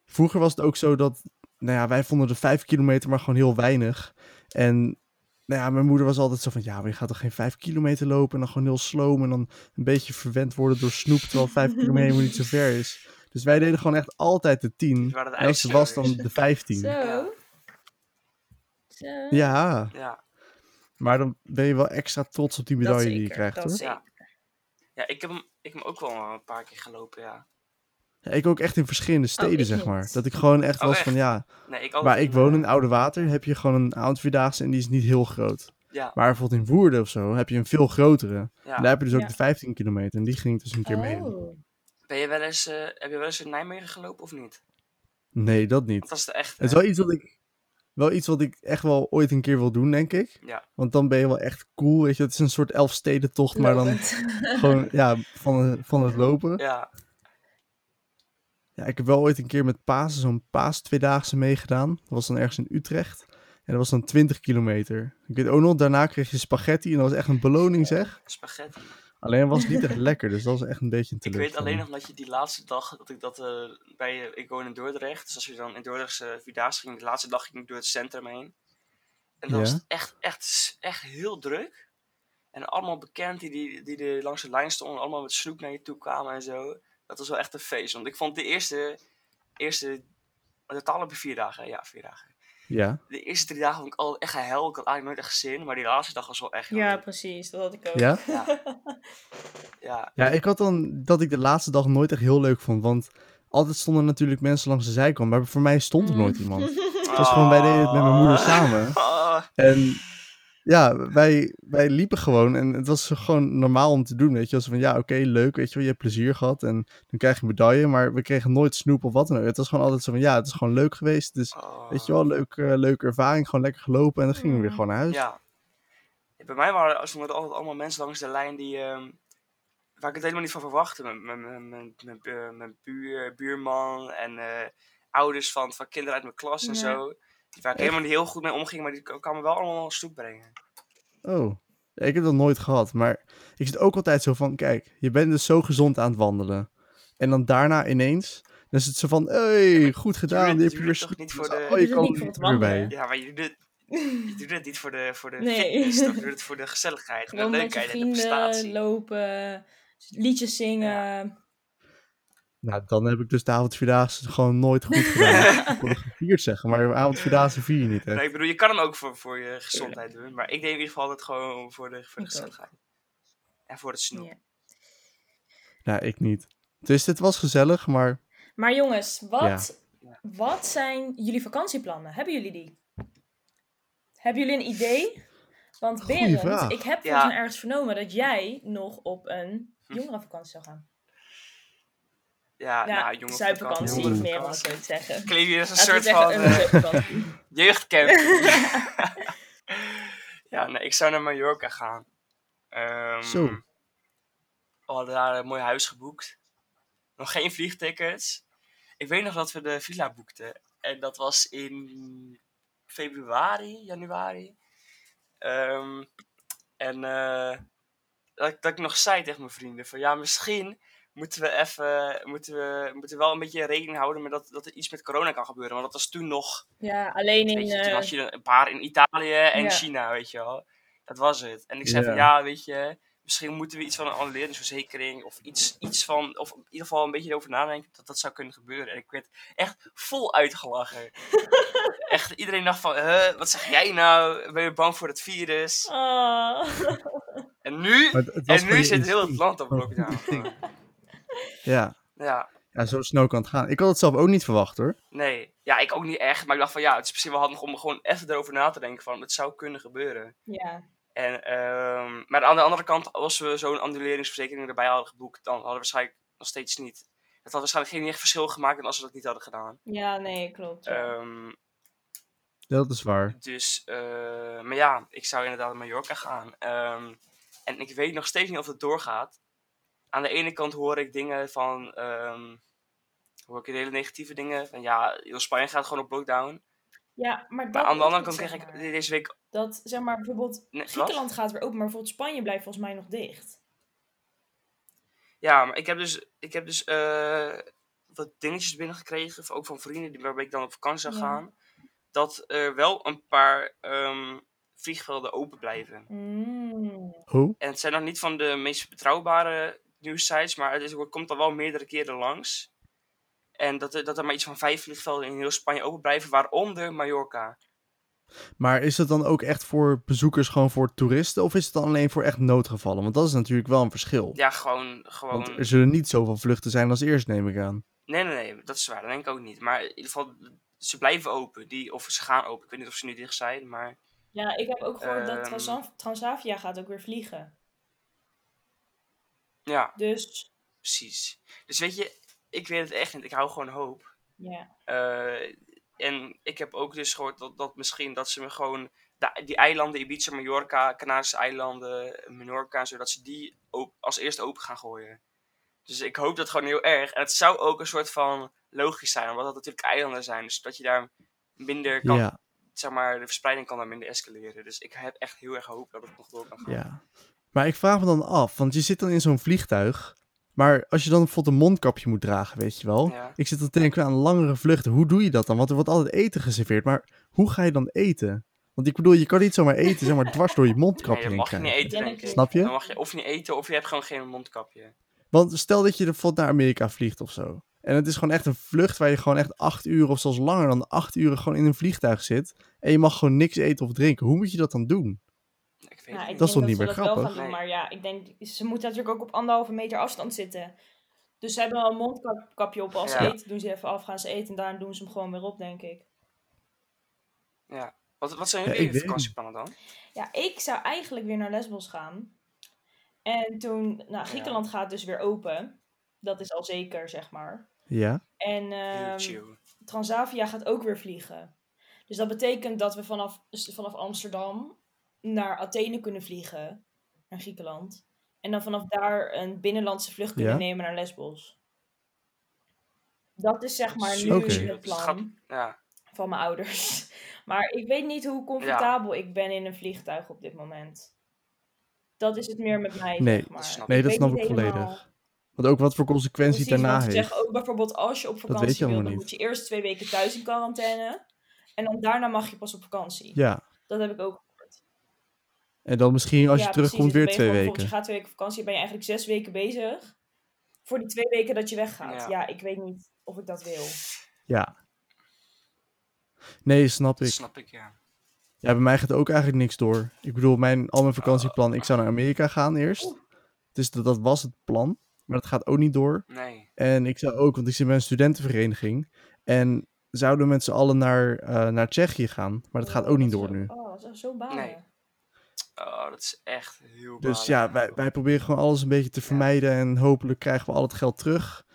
Speaker 5: Vroeger was het ook zo dat, nou ja, wij vonden de vijf kilometer maar gewoon heel weinig. En nou ja, mijn moeder was altijd zo van, ja, maar je gaat toch geen vijf kilometer lopen en dan gewoon heel sloom en dan een beetje verwend worden door snoep, terwijl vijf kilometer helemaal niet zo ver is. Dus wij deden gewoon echt altijd de tien.
Speaker 3: waren de
Speaker 5: En als het was, dan de
Speaker 4: Zo.
Speaker 5: vijftien.
Speaker 3: Ja.
Speaker 4: Zo.
Speaker 5: Ja.
Speaker 3: Ja.
Speaker 5: Maar dan ben je wel extra trots op die
Speaker 4: Dat
Speaker 5: medaille
Speaker 4: zeker,
Speaker 5: die je krijgt,
Speaker 4: dat
Speaker 5: hoor.
Speaker 4: zeker.
Speaker 3: Ja. ja, ik heb hem, ik heb hem ook wel een paar keer gelopen, ja.
Speaker 5: Ja, ik ook echt in verschillende steden,
Speaker 4: Oh, ik
Speaker 5: zeg
Speaker 4: niet.
Speaker 5: maar. Dat ik gewoon echt
Speaker 3: Oh,
Speaker 5: was
Speaker 3: echt?
Speaker 5: van, ja,
Speaker 3: Nee, ik altijd
Speaker 5: waar ik
Speaker 3: in,
Speaker 5: woon
Speaker 3: eh,
Speaker 5: in Oude Water heb je gewoon een avondvierdaagse en die is niet heel groot.
Speaker 3: Ja,
Speaker 5: Maar bijvoorbeeld in Woerden of zo heb je een veel grotere.
Speaker 3: ja.
Speaker 5: En daar heb je dus ook
Speaker 4: Ja.
Speaker 5: de 15 kilometer en die ging ik dus een keer mee.
Speaker 4: Oh.
Speaker 3: Ben je wel eens, eh, heb je wel eens in Nijmegen gelopen of niet?
Speaker 5: Nee, dat niet.
Speaker 3: Want dat is de echte.
Speaker 5: Het is wel iets wat ik, wel iets wat ik echt wel ooit een keer wil doen, denk ik.
Speaker 3: Ja.
Speaker 5: Want dan ben je wel echt cool, weet je. Het is een soort elfstedentocht, maar dan
Speaker 4: Lopend.
Speaker 5: gewoon, ja, van, van het lopen.
Speaker 3: Ja,
Speaker 5: Ja, ik heb wel ooit een keer met Pasen zo'n Paas tweedaagse meegedaan. Dat was dan ergens in Utrecht. En dat was dan 20 kilometer. Ik weet ook nog, daarna kreeg je spaghetti en dat was echt een beloning zeg.
Speaker 3: spaghetti.
Speaker 5: Alleen was het niet echt lekker, dus dat was echt een beetje een
Speaker 3: Ik weet
Speaker 5: teleurstelling.
Speaker 3: alleen nog dat je die laatste dag, dat ik dat eh, bij, eh, ik woon in Dordrecht, dus als je dan in Dordrecht eh, Vierdaagse ging, de laatste dag ging ik door het centrum heen. En dan was
Speaker 5: Ja.
Speaker 3: het echt, echt, s- echt heel druk. En allemaal bekend die, die, die er langs de lijn stonden, allemaal met snoep naar je toe kwamen en zo. Dat was wel echt een feest, want ik vond de eerste, eerste, totale vier dagen, ja, vier dagen.
Speaker 5: Ja.
Speaker 3: De eerste drie dagen vond ik altijd echt gehuil. Ik had eigenlijk nooit echt zin. Maar die laatste dag was wel echt... heel
Speaker 4: Ja,
Speaker 3: leuk.
Speaker 4: precies. Dat had ik ook.
Speaker 5: Ja?
Speaker 3: ja.
Speaker 5: Ja, ik had dan dat ik de laatste dag nooit echt heel leuk vond. Want altijd stonden natuurlijk mensen langs de zijkant. Maar voor mij stond er
Speaker 3: Mm.
Speaker 5: nooit iemand. Het was gewoon, wij deden het met mijn moeder
Speaker 3: Oh.
Speaker 5: samen.
Speaker 3: Ah.
Speaker 5: En ja, wij, wij liepen gewoon. En het was gewoon normaal om te doen, weet je. Als van, ja, oké, leuk, weet je wel. Je hebt plezier gehad en dan krijg je een medaille. Maar we kregen nooit snoep of wat dan ook. Het was gewoon altijd zo van, ja, het is gewoon leuk geweest. Dus,
Speaker 3: Ah.
Speaker 5: weet je wel, leuke, leuke ervaring. Gewoon lekker gelopen en dan gingen we weer
Speaker 4: Mm.
Speaker 5: gewoon naar huis.
Speaker 3: Ja. Bij mij waren er stonden altijd allemaal mensen langs de lijn die. ehm, waar ik het helemaal niet van verwachtte. Mijn- Mijn- mijn- mijn- Mijn bu- eh, mijn buur, buurman en eh, ouders van, van kinderen uit mijn klas en
Speaker 4: Ja.
Speaker 3: zo. Die waar ik helemaal niet heel goed mee omging, maar die k- kwamen wel allemaal stoep brengen.
Speaker 5: Oh, Ja, ik heb dat nooit gehad. Maar ik zit ook altijd zo van, kijk, je bent dus zo gezond aan het wandelen. En dan daarna ineens, dan is het zo van, hey, goed gedaan.
Speaker 3: doet-
Speaker 5: die heb
Speaker 3: je
Speaker 5: je weer
Speaker 3: doet toch
Speaker 5: snoep.
Speaker 3: niet voor de-
Speaker 5: Oh,
Speaker 4: Je
Speaker 5: je
Speaker 4: doet
Speaker 5: kan
Speaker 4: niet
Speaker 5: er
Speaker 4: voor het
Speaker 5: niet meer bij.
Speaker 4: wandelen.
Speaker 3: Ja, maar je doet, het- je doet het niet voor de, voor de
Speaker 4: Nee.
Speaker 3: fitness, toch? je doet het voor de gezelligheid, voor de
Speaker 4: Gewoon met je
Speaker 3: leukheid en de
Speaker 4: vrienden
Speaker 3: prestatie.
Speaker 4: lopen, liedjes zingen.
Speaker 5: Nou, dan heb ik dus de avondvierdaagse gewoon nooit goed gedaan. ik wilde gevierd zeggen, maar de avondvierdaagse vier je niet. Hè?
Speaker 3: Nee, ik bedoel, je kan hem ook voor, voor je gezondheid doen, maar ik deed in ieder geval dat gewoon voor de, voor de
Speaker 4: Ik ook.
Speaker 3: gezelligheid. En voor het snoep.
Speaker 4: Ja.
Speaker 5: Nou, ik niet. Dus dit was gezellig, maar
Speaker 4: Maar jongens, wat, wat zijn jullie vakantieplannen? Hebben jullie die? Hebben jullie een idee? Want
Speaker 5: Goeie
Speaker 4: Berend,
Speaker 5: vraag.
Speaker 4: ik heb
Speaker 3: Ja.
Speaker 4: volgens mij ergens vernomen dat jij nog op een jongerenvakantie zou gaan.
Speaker 3: Ja,
Speaker 4: ja,
Speaker 3: nou, jongen,
Speaker 4: zuidvakantie
Speaker 5: jongerenvakantie.
Speaker 4: meer dan zou ik zeggen.
Speaker 3: Klinkt hier als een
Speaker 4: Laten we
Speaker 3: soort van
Speaker 4: zeggen
Speaker 3: eh,
Speaker 4: een zuidvakantie.
Speaker 3: jeugdcamp. ja, nee, ik zou naar Mallorca gaan. Ehm,
Speaker 5: Zo.
Speaker 3: We hadden daar een mooi huis geboekt. Nog geen vliegtickets. Ik weet nog dat we de villa boekten. En dat was in februari, januari. Ehm, en eh, dat, ik- dat ik nog zei tegen mijn vrienden van ja, misschien moeten we even, moeten we, moeten we wel een beetje rekening houden met dat, dat er iets met corona kan gebeuren. Want dat was toen nog
Speaker 4: Ja, alleen in...
Speaker 3: Weet je, toen
Speaker 4: eh,
Speaker 3: had je er een paar in Italië en
Speaker 4: ja.
Speaker 3: China, weet je wel. Dat was het. En ik zei van, ja, weet je, misschien moeten we iets van een annuleringsverzekering of iets, iets van, of in ieder geval een beetje erover nadenken dat dat zou kunnen gebeuren. En ik werd echt vol uitgelachen. echt, iedereen dacht van, huh, wat zeg jij nou? Ben je bang voor het virus?
Speaker 4: ah.
Speaker 3: En nu,
Speaker 5: maar het- het was
Speaker 3: en
Speaker 5: voor
Speaker 3: nu
Speaker 5: je
Speaker 3: zit heel het
Speaker 5: instinct.
Speaker 3: land op
Speaker 5: Gewoon goed
Speaker 3: lockdown.
Speaker 5: Ja.
Speaker 3: Ja,
Speaker 5: ja, zo snel kan het gaan. Ik had het zelf ook niet verwacht hoor.
Speaker 3: nee. Ja, ik ook niet echt, maar ik dacht van, ja, het is misschien wel handig om gewoon even erover na te denken van, het zou kunnen gebeuren.
Speaker 4: ja.
Speaker 3: En, ehm, maar aan de andere kant, als we zo'n annuleringsverzekering erbij hadden geboekt, dan hadden we waarschijnlijk nog steeds niet. Het had waarschijnlijk geen echt verschil gemaakt en als we dat niet hadden gedaan.
Speaker 4: ja, nee, klopt. ja.
Speaker 3: Ehm,
Speaker 5: Dat is waar.
Speaker 3: dus, eh, maar ja, ik zou inderdaad naar Mallorca gaan. Ehm, en ik weet nog steeds niet of het doorgaat. Aan de ene kant hoor ik dingen van, ehm, hoor ik hele negatieve dingen. Van ja, heel Spanje gaat gewoon op lockdown.
Speaker 4: ja, maar dat
Speaker 3: Maar aan de andere
Speaker 4: is
Speaker 3: kant
Speaker 4: het,
Speaker 3: kreeg
Speaker 4: zeg
Speaker 3: ik
Speaker 4: maar.
Speaker 3: deze week...
Speaker 4: Dat, zeg maar, bijvoorbeeld
Speaker 3: Nee, wat?
Speaker 4: Griekenland gaat weer open, maar bijvoorbeeld Spanje blijft volgens mij nog dicht.
Speaker 3: Ja, maar ik heb dus, ik heb dus eh, wat dingetjes binnengekregen, ook van vrienden die- waarbij ik dan op vakantie zou
Speaker 4: Ja.
Speaker 3: gaan. Dat er wel een paar ehm, vliegvelden open blijven.
Speaker 4: Mm.
Speaker 5: Hoe?
Speaker 3: En het zijn nog niet van de meest betrouwbare nieuwsites, maar het, is, het komt al wel meerdere keren langs. En dat, er- dat er maar iets van vijf vliegvelden in heel Spanje open blijven, waaronder Mallorca.
Speaker 5: Maar is het dan ook echt voor bezoekers, gewoon voor toeristen? Of is het dan alleen voor echt noodgevallen? Want dat is natuurlijk wel een verschil.
Speaker 3: Ja, gewoon. gewoon...
Speaker 5: Want er zullen niet zoveel vluchten zijn als eerst, neem ik aan.
Speaker 3: Nee, nee, nee, dat is waar. Dat denk ik ook niet. Maar in ieder geval, ze blijven open. Die, of ze gaan open. Ik weet niet of ze nu dicht zijn, maar.
Speaker 4: Ja, ik heb ook gehoord dat
Speaker 3: Ehm.
Speaker 4: Transa- Transavia gaat ook weer vliegen.
Speaker 3: Ja,
Speaker 4: Dus,
Speaker 3: Precies. Dus weet je, ik weet het echt niet. Ik hou gewoon hoop.
Speaker 4: ja.
Speaker 3: Eh, en ik heb ook dus gehoord dat, dat misschien dat ze me gewoon de- die eilanden, Ibiza, Mallorca, Canarische eilanden, Menorca, zodat ze die op, als eerste open gaan gooien. Dus ik hoop dat gewoon heel erg. En het zou ook een soort van logisch zijn, omdat dat natuurlijk eilanden zijn. Dus dat je daar minder kan,
Speaker 5: Ja,
Speaker 3: zeg maar, de verspreiding kan daar minder escaleren. Dus ik heb echt heel erg hoop dat het nog door kan gaan.
Speaker 5: ja. Maar ik vraag me dan af, want je zit dan in zo'n vliegtuig. Maar als je dan bijvoorbeeld een mondkapje moet dragen, weet je wel.
Speaker 3: Ja.
Speaker 5: Ik zit dan te denken aan langere vluchten. Hoe doe je dat dan? Want er wordt altijd eten geserveerd. Maar hoe ga je dan eten? Want ik bedoel, je kan niet zomaar eten, zeg maar, dwars door je
Speaker 3: Nee,
Speaker 5: mondkapje
Speaker 3: dan
Speaker 5: heen
Speaker 3: mag je niet
Speaker 5: krijgen.
Speaker 3: eten,
Speaker 4: Ja,
Speaker 3: denk ik.
Speaker 5: Snap
Speaker 3: Dan
Speaker 5: je?
Speaker 3: mag je of niet eten, of je hebt gewoon geen mondkapje.
Speaker 5: Want stel dat je bijvoorbeeld naar Amerika vliegt of zo. En het is gewoon echt een vlucht waar je gewoon echt acht uur of zelfs langer dan acht uur gewoon in een vliegtuig zit. En je mag gewoon niks eten of drinken. Hoe moet je dat dan doen?
Speaker 3: Ik weet
Speaker 4: Nou,
Speaker 3: het
Speaker 4: ik
Speaker 3: niet.
Speaker 5: Dat is
Speaker 4: denk
Speaker 5: toch niet
Speaker 4: ze
Speaker 5: meer
Speaker 4: dat Wel
Speaker 5: grappig?
Speaker 4: gaan doen, maar
Speaker 3: Nee.
Speaker 4: ja, ik denk, ze moeten natuurlijk ook op anderhalve meter afstand zitten. Dus ze hebben al een mondkapje op. Als ze
Speaker 3: Ja.
Speaker 4: eten, doen ze even af, gaan ze eten. En daarna doen ze hem gewoon weer op, denk ik.
Speaker 3: Ja. Wat, wat zijn
Speaker 5: Ja,
Speaker 3: jullie
Speaker 5: ik weet het
Speaker 3: vakantieplannen dan?
Speaker 4: Ja, ik zou eigenlijk weer naar Lesbos gaan. En toen, nou, Griekenland gaat dus weer open. Dat is al zeker, zeg maar.
Speaker 5: Ja.
Speaker 4: En ehm,
Speaker 3: YouTube.
Speaker 4: Transavia gaat ook weer vliegen. Dus dat betekent dat we vanaf, dus vanaf Amsterdam naar Athene kunnen vliegen, naar Griekenland. En dan vanaf daar een binnenlandse vlucht kunnen
Speaker 5: Ja.
Speaker 4: nemen naar Lesbos. Dat is zeg maar nu
Speaker 5: Oké.
Speaker 4: het plan
Speaker 3: Schat- Ja.
Speaker 4: van mijn ouders. Maar ik weet niet hoe comfortabel ik ben in een vliegtuig op dit moment. Dat is het meer met mij.
Speaker 5: Nee,
Speaker 4: zeg maar.
Speaker 3: dat snap ik.
Speaker 5: Nee, dat
Speaker 4: weet
Speaker 5: snap
Speaker 4: niet
Speaker 5: ik
Speaker 4: helemaal
Speaker 5: volledig. Want ook wat voor consequenties
Speaker 4: precies,
Speaker 5: daarna
Speaker 4: want ze
Speaker 5: heeft.
Speaker 4: zeggen ook bijvoorbeeld als je op
Speaker 5: weet je
Speaker 4: vakantie wil, dan
Speaker 5: allemaal niet.
Speaker 4: moet je eerst twee weken thuis in quarantaine. En dan daarna mag je pas op vakantie.
Speaker 5: Ja.
Speaker 4: Dat heb ik ook.
Speaker 5: En dan misschien als
Speaker 4: Ja,
Speaker 5: je
Speaker 4: precies, dus dan
Speaker 5: terugkomt weer
Speaker 4: ben je
Speaker 5: twee
Speaker 4: gewoon- bijvoorbeeld,
Speaker 5: weken.
Speaker 4: Je gaat twee weken op vakantie, ben je eigenlijk zes weken bezig. Voor die twee weken dat je weggaat.
Speaker 3: Ja.
Speaker 4: Ja, ik weet niet of ik dat wil.
Speaker 5: Ja. Nee, snap
Speaker 3: Dat
Speaker 4: Dus-
Speaker 5: ik.
Speaker 3: snap ik, ja.
Speaker 5: Ja, bij mij gaat ook eigenlijk niks door. Ik bedoel, mijn, al mijn vakantieplan, ik zou naar Amerika gaan eerst. Dus dat, dat was het plan. Maar dat gaat ook niet door.
Speaker 3: Nee.
Speaker 5: En ik zou ook, want ik zit bij een studentenvereniging. En zouden we met z'n allen naar, eh, naar Tsjechië gaan. Maar dat gaat ook niet door nu.
Speaker 4: Oh, dat is zo balen.
Speaker 3: Nee. Oh, dat is echt heel
Speaker 5: Dus
Speaker 3: balen.
Speaker 5: ja, wij, wij proberen gewoon alles een beetje te vermijden. En hopelijk krijgen we al het geld terug.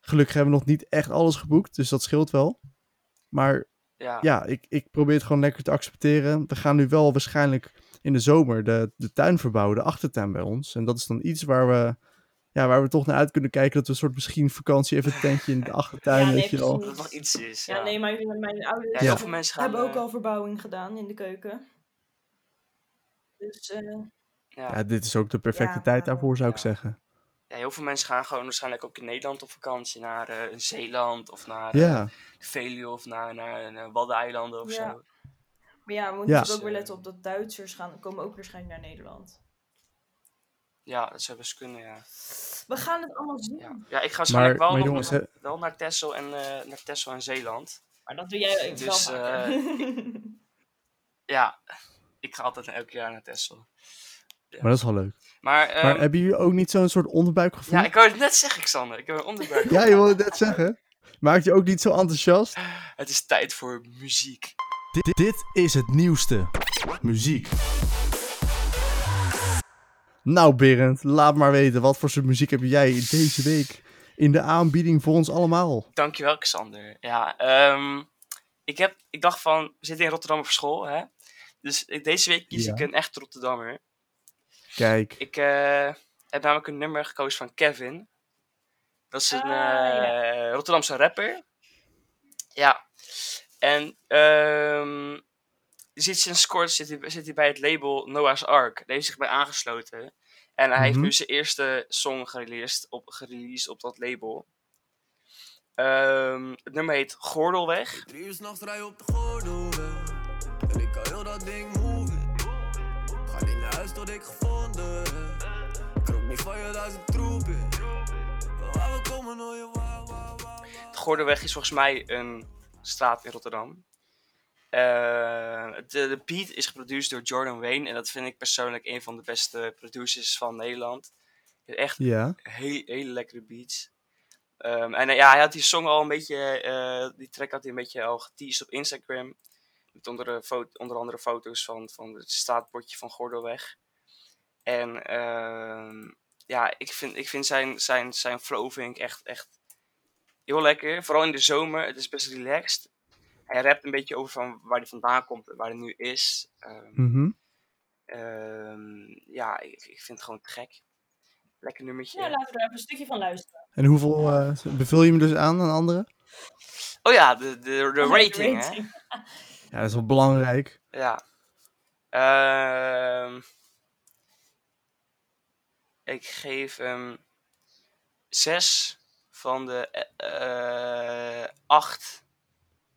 Speaker 5: Gelukkig hebben we nog niet echt alles geboekt. Dus dat scheelt wel. Maar
Speaker 3: Ja.
Speaker 5: ja, ik, ik probeer het gewoon lekker te accepteren. We gaan nu wel waarschijnlijk in de zomer de, de tuin verbouwen, de achtertuin bij ons. En dat is dan iets waar we, ja, waar we toch naar uit kunnen kijken. Dat we een soort misschien vakantie even een tentje in de achtertuin,
Speaker 4: Ja, nee,
Speaker 5: weet je wel.
Speaker 3: Dat het nog iets is. Ja,
Speaker 4: Ja, nee, maar mijn
Speaker 3: Ja,
Speaker 4: ouders
Speaker 3: heel
Speaker 5: Ja.
Speaker 3: veel mensen gaan...
Speaker 4: hebben ook
Speaker 3: eh,
Speaker 4: al verbouwing gedaan in de keuken. Dus eh,
Speaker 3: Ja.
Speaker 5: Ja, dit is ook de perfecte
Speaker 4: Ja.
Speaker 5: tijd daarvoor, zou ik
Speaker 3: Ja.
Speaker 5: zeggen.
Speaker 3: Ja, heel veel mensen gaan gewoon waarschijnlijk ook in Nederland op vakantie. Naar eh, een Zeeland of naar eh,
Speaker 5: Ja,
Speaker 3: de Veluwe of naar, naar een eh, Waddeneilanden of
Speaker 4: Ja.
Speaker 3: zo.
Speaker 4: maar ja, we moeten
Speaker 5: Ja.
Speaker 4: natuurlijk ook weer letten op dat Duitsers gaan, komen ook waarschijnlijk naar Nederland.
Speaker 3: Ja, dat zou best kunnen, ja.
Speaker 4: We gaan het allemaal zien.
Speaker 3: Ja, ja ik ga waarschijnlijk
Speaker 5: maar
Speaker 3: wel, nog
Speaker 5: jongens,
Speaker 3: naar,
Speaker 5: hè-
Speaker 3: wel naar Texel en, eh, naar Texel en Zeeland.
Speaker 4: Maar dat doe jij wel
Speaker 3: Dus,
Speaker 4: vaker.
Speaker 3: Ja, ik ga altijd elk jaar naar Texel.
Speaker 5: maar dat is wel leuk.
Speaker 3: Maar, ehm,
Speaker 5: maar eh, hebben jullie ook niet zo'n soort onderbuikgevoel?
Speaker 3: ja, ik wou het net zeggen, Xander. Ik heb een onderwerp.
Speaker 5: Ja, je wilde het net zeggen. Maakt je ook niet zo enthousiast?
Speaker 3: Het is tijd voor muziek.
Speaker 2: Dit, dit is het nieuwste. Muziek.
Speaker 5: Nou Berend, laat maar weten. Wat voor soort muziek heb jij deze week in de aanbieding voor ons allemaal?
Speaker 3: Dankjewel, Xander. Ja, ehm, ik, heb, ik dacht van, we zitten in Rotterdam op school, hè? Dus ik- deze week kies
Speaker 5: Ja.
Speaker 3: ik een echt Rotterdammer.
Speaker 5: Kijk.
Speaker 3: Ik eh, heb namelijk een nummer gekozen van Kevin. Dat is een
Speaker 4: Ah,
Speaker 3: eh,
Speaker 4: ja.
Speaker 3: Rotterdamse rapper. Ja. En ehm zit sinds kort zit hij, zit hij bij het label Noah's Ark. Daar heeft hij zich bij aangesloten. En hij heeft
Speaker 5: Mhm.
Speaker 3: nu zijn eerste song gereleased op, gereleased op dat label. Ehm, het nummer heet Gordelweg.
Speaker 6: Drie uur s'nachts rij op de gordelweg En ik kan heel dat ding moeven Ga niet naar huis tot ik gevonden werd. Ik rook niet van je duizend troepen Waar Oh, we komen hoor je wauw wauw wauw
Speaker 3: De Gordelweg is volgens mij een straat in Rotterdam. Eh, de, de beat is geproduceerd door Jordan Wayne. En dat vind ik persoonlijk een van de beste producers van Nederland. Echt
Speaker 5: Ja.
Speaker 3: heel, hele lekkere beats. Ehm, en eh, ja, hij had die song al een beetje, eh, die track had hij een beetje al geteased op Instagram. Met onder, fo- onder andere foto's van, van het straatbordje van Gordelweg. En ehm, ja, ik vind, ik vind zijn, zijn, zijn flow vind ik echt, echt heel lekker. Vooral in de zomer, het is best relaxed. Hij rapt een beetje over van waar hij vandaan komt en waar hij nu is. Ehm,
Speaker 5: Mhm.
Speaker 3: ehm, ja, ik, ik vind het gewoon te gek. Lekker nummertje.
Speaker 4: Nou, laten we er even een stukje van luisteren.
Speaker 5: En hoeveel eh, beveel je hem dus aan aan anderen?
Speaker 3: Oh ja, de, de, de rating, hè?
Speaker 4: Rating.
Speaker 5: Ja, dat is wel belangrijk.
Speaker 3: Ja. Ehm, ik geef hem 6 van de eh, eh, acht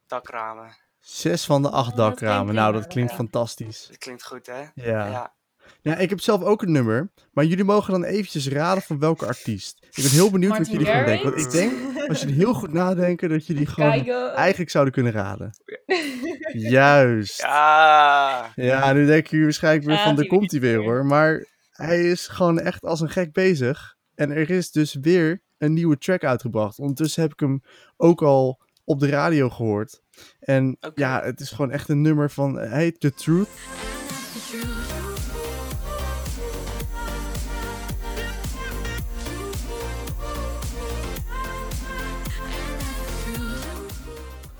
Speaker 3: dakramen.
Speaker 5: Zes van de acht
Speaker 4: Oh, dat klinkt
Speaker 5: dakramen. Nou, dat
Speaker 4: prima,
Speaker 5: klinkt
Speaker 4: ja.
Speaker 5: fantastisch.
Speaker 3: Dat klinkt goed, hè?
Speaker 5: Ja.
Speaker 3: ja.
Speaker 5: Ja, ik heb zelf ook een nummer, maar jullie mogen dan eventjes raden van welke artiest. Ik ben heel benieuwd wat
Speaker 4: Martin
Speaker 5: jullie gaan denken, want ik
Speaker 4: Garrix?
Speaker 5: denk, als jullie heel goed nadenken, dat jullie gewoon
Speaker 4: Keigo.
Speaker 5: eigenlijk zouden kunnen raden. Juist. Ja.
Speaker 3: Ja.
Speaker 5: nu denken jullie waarschijnlijk weer
Speaker 4: Ja,
Speaker 5: van, daar
Speaker 4: die-
Speaker 5: komt hij weer hoor. Maar hij is gewoon echt als een gek bezig. En er is dus weer een nieuwe track uitgebracht. Ondertussen heb ik hem ook al op de radio gehoord. En
Speaker 3: Oké.
Speaker 5: ja, het is gewoon echt een nummer van, hij heet The Truth.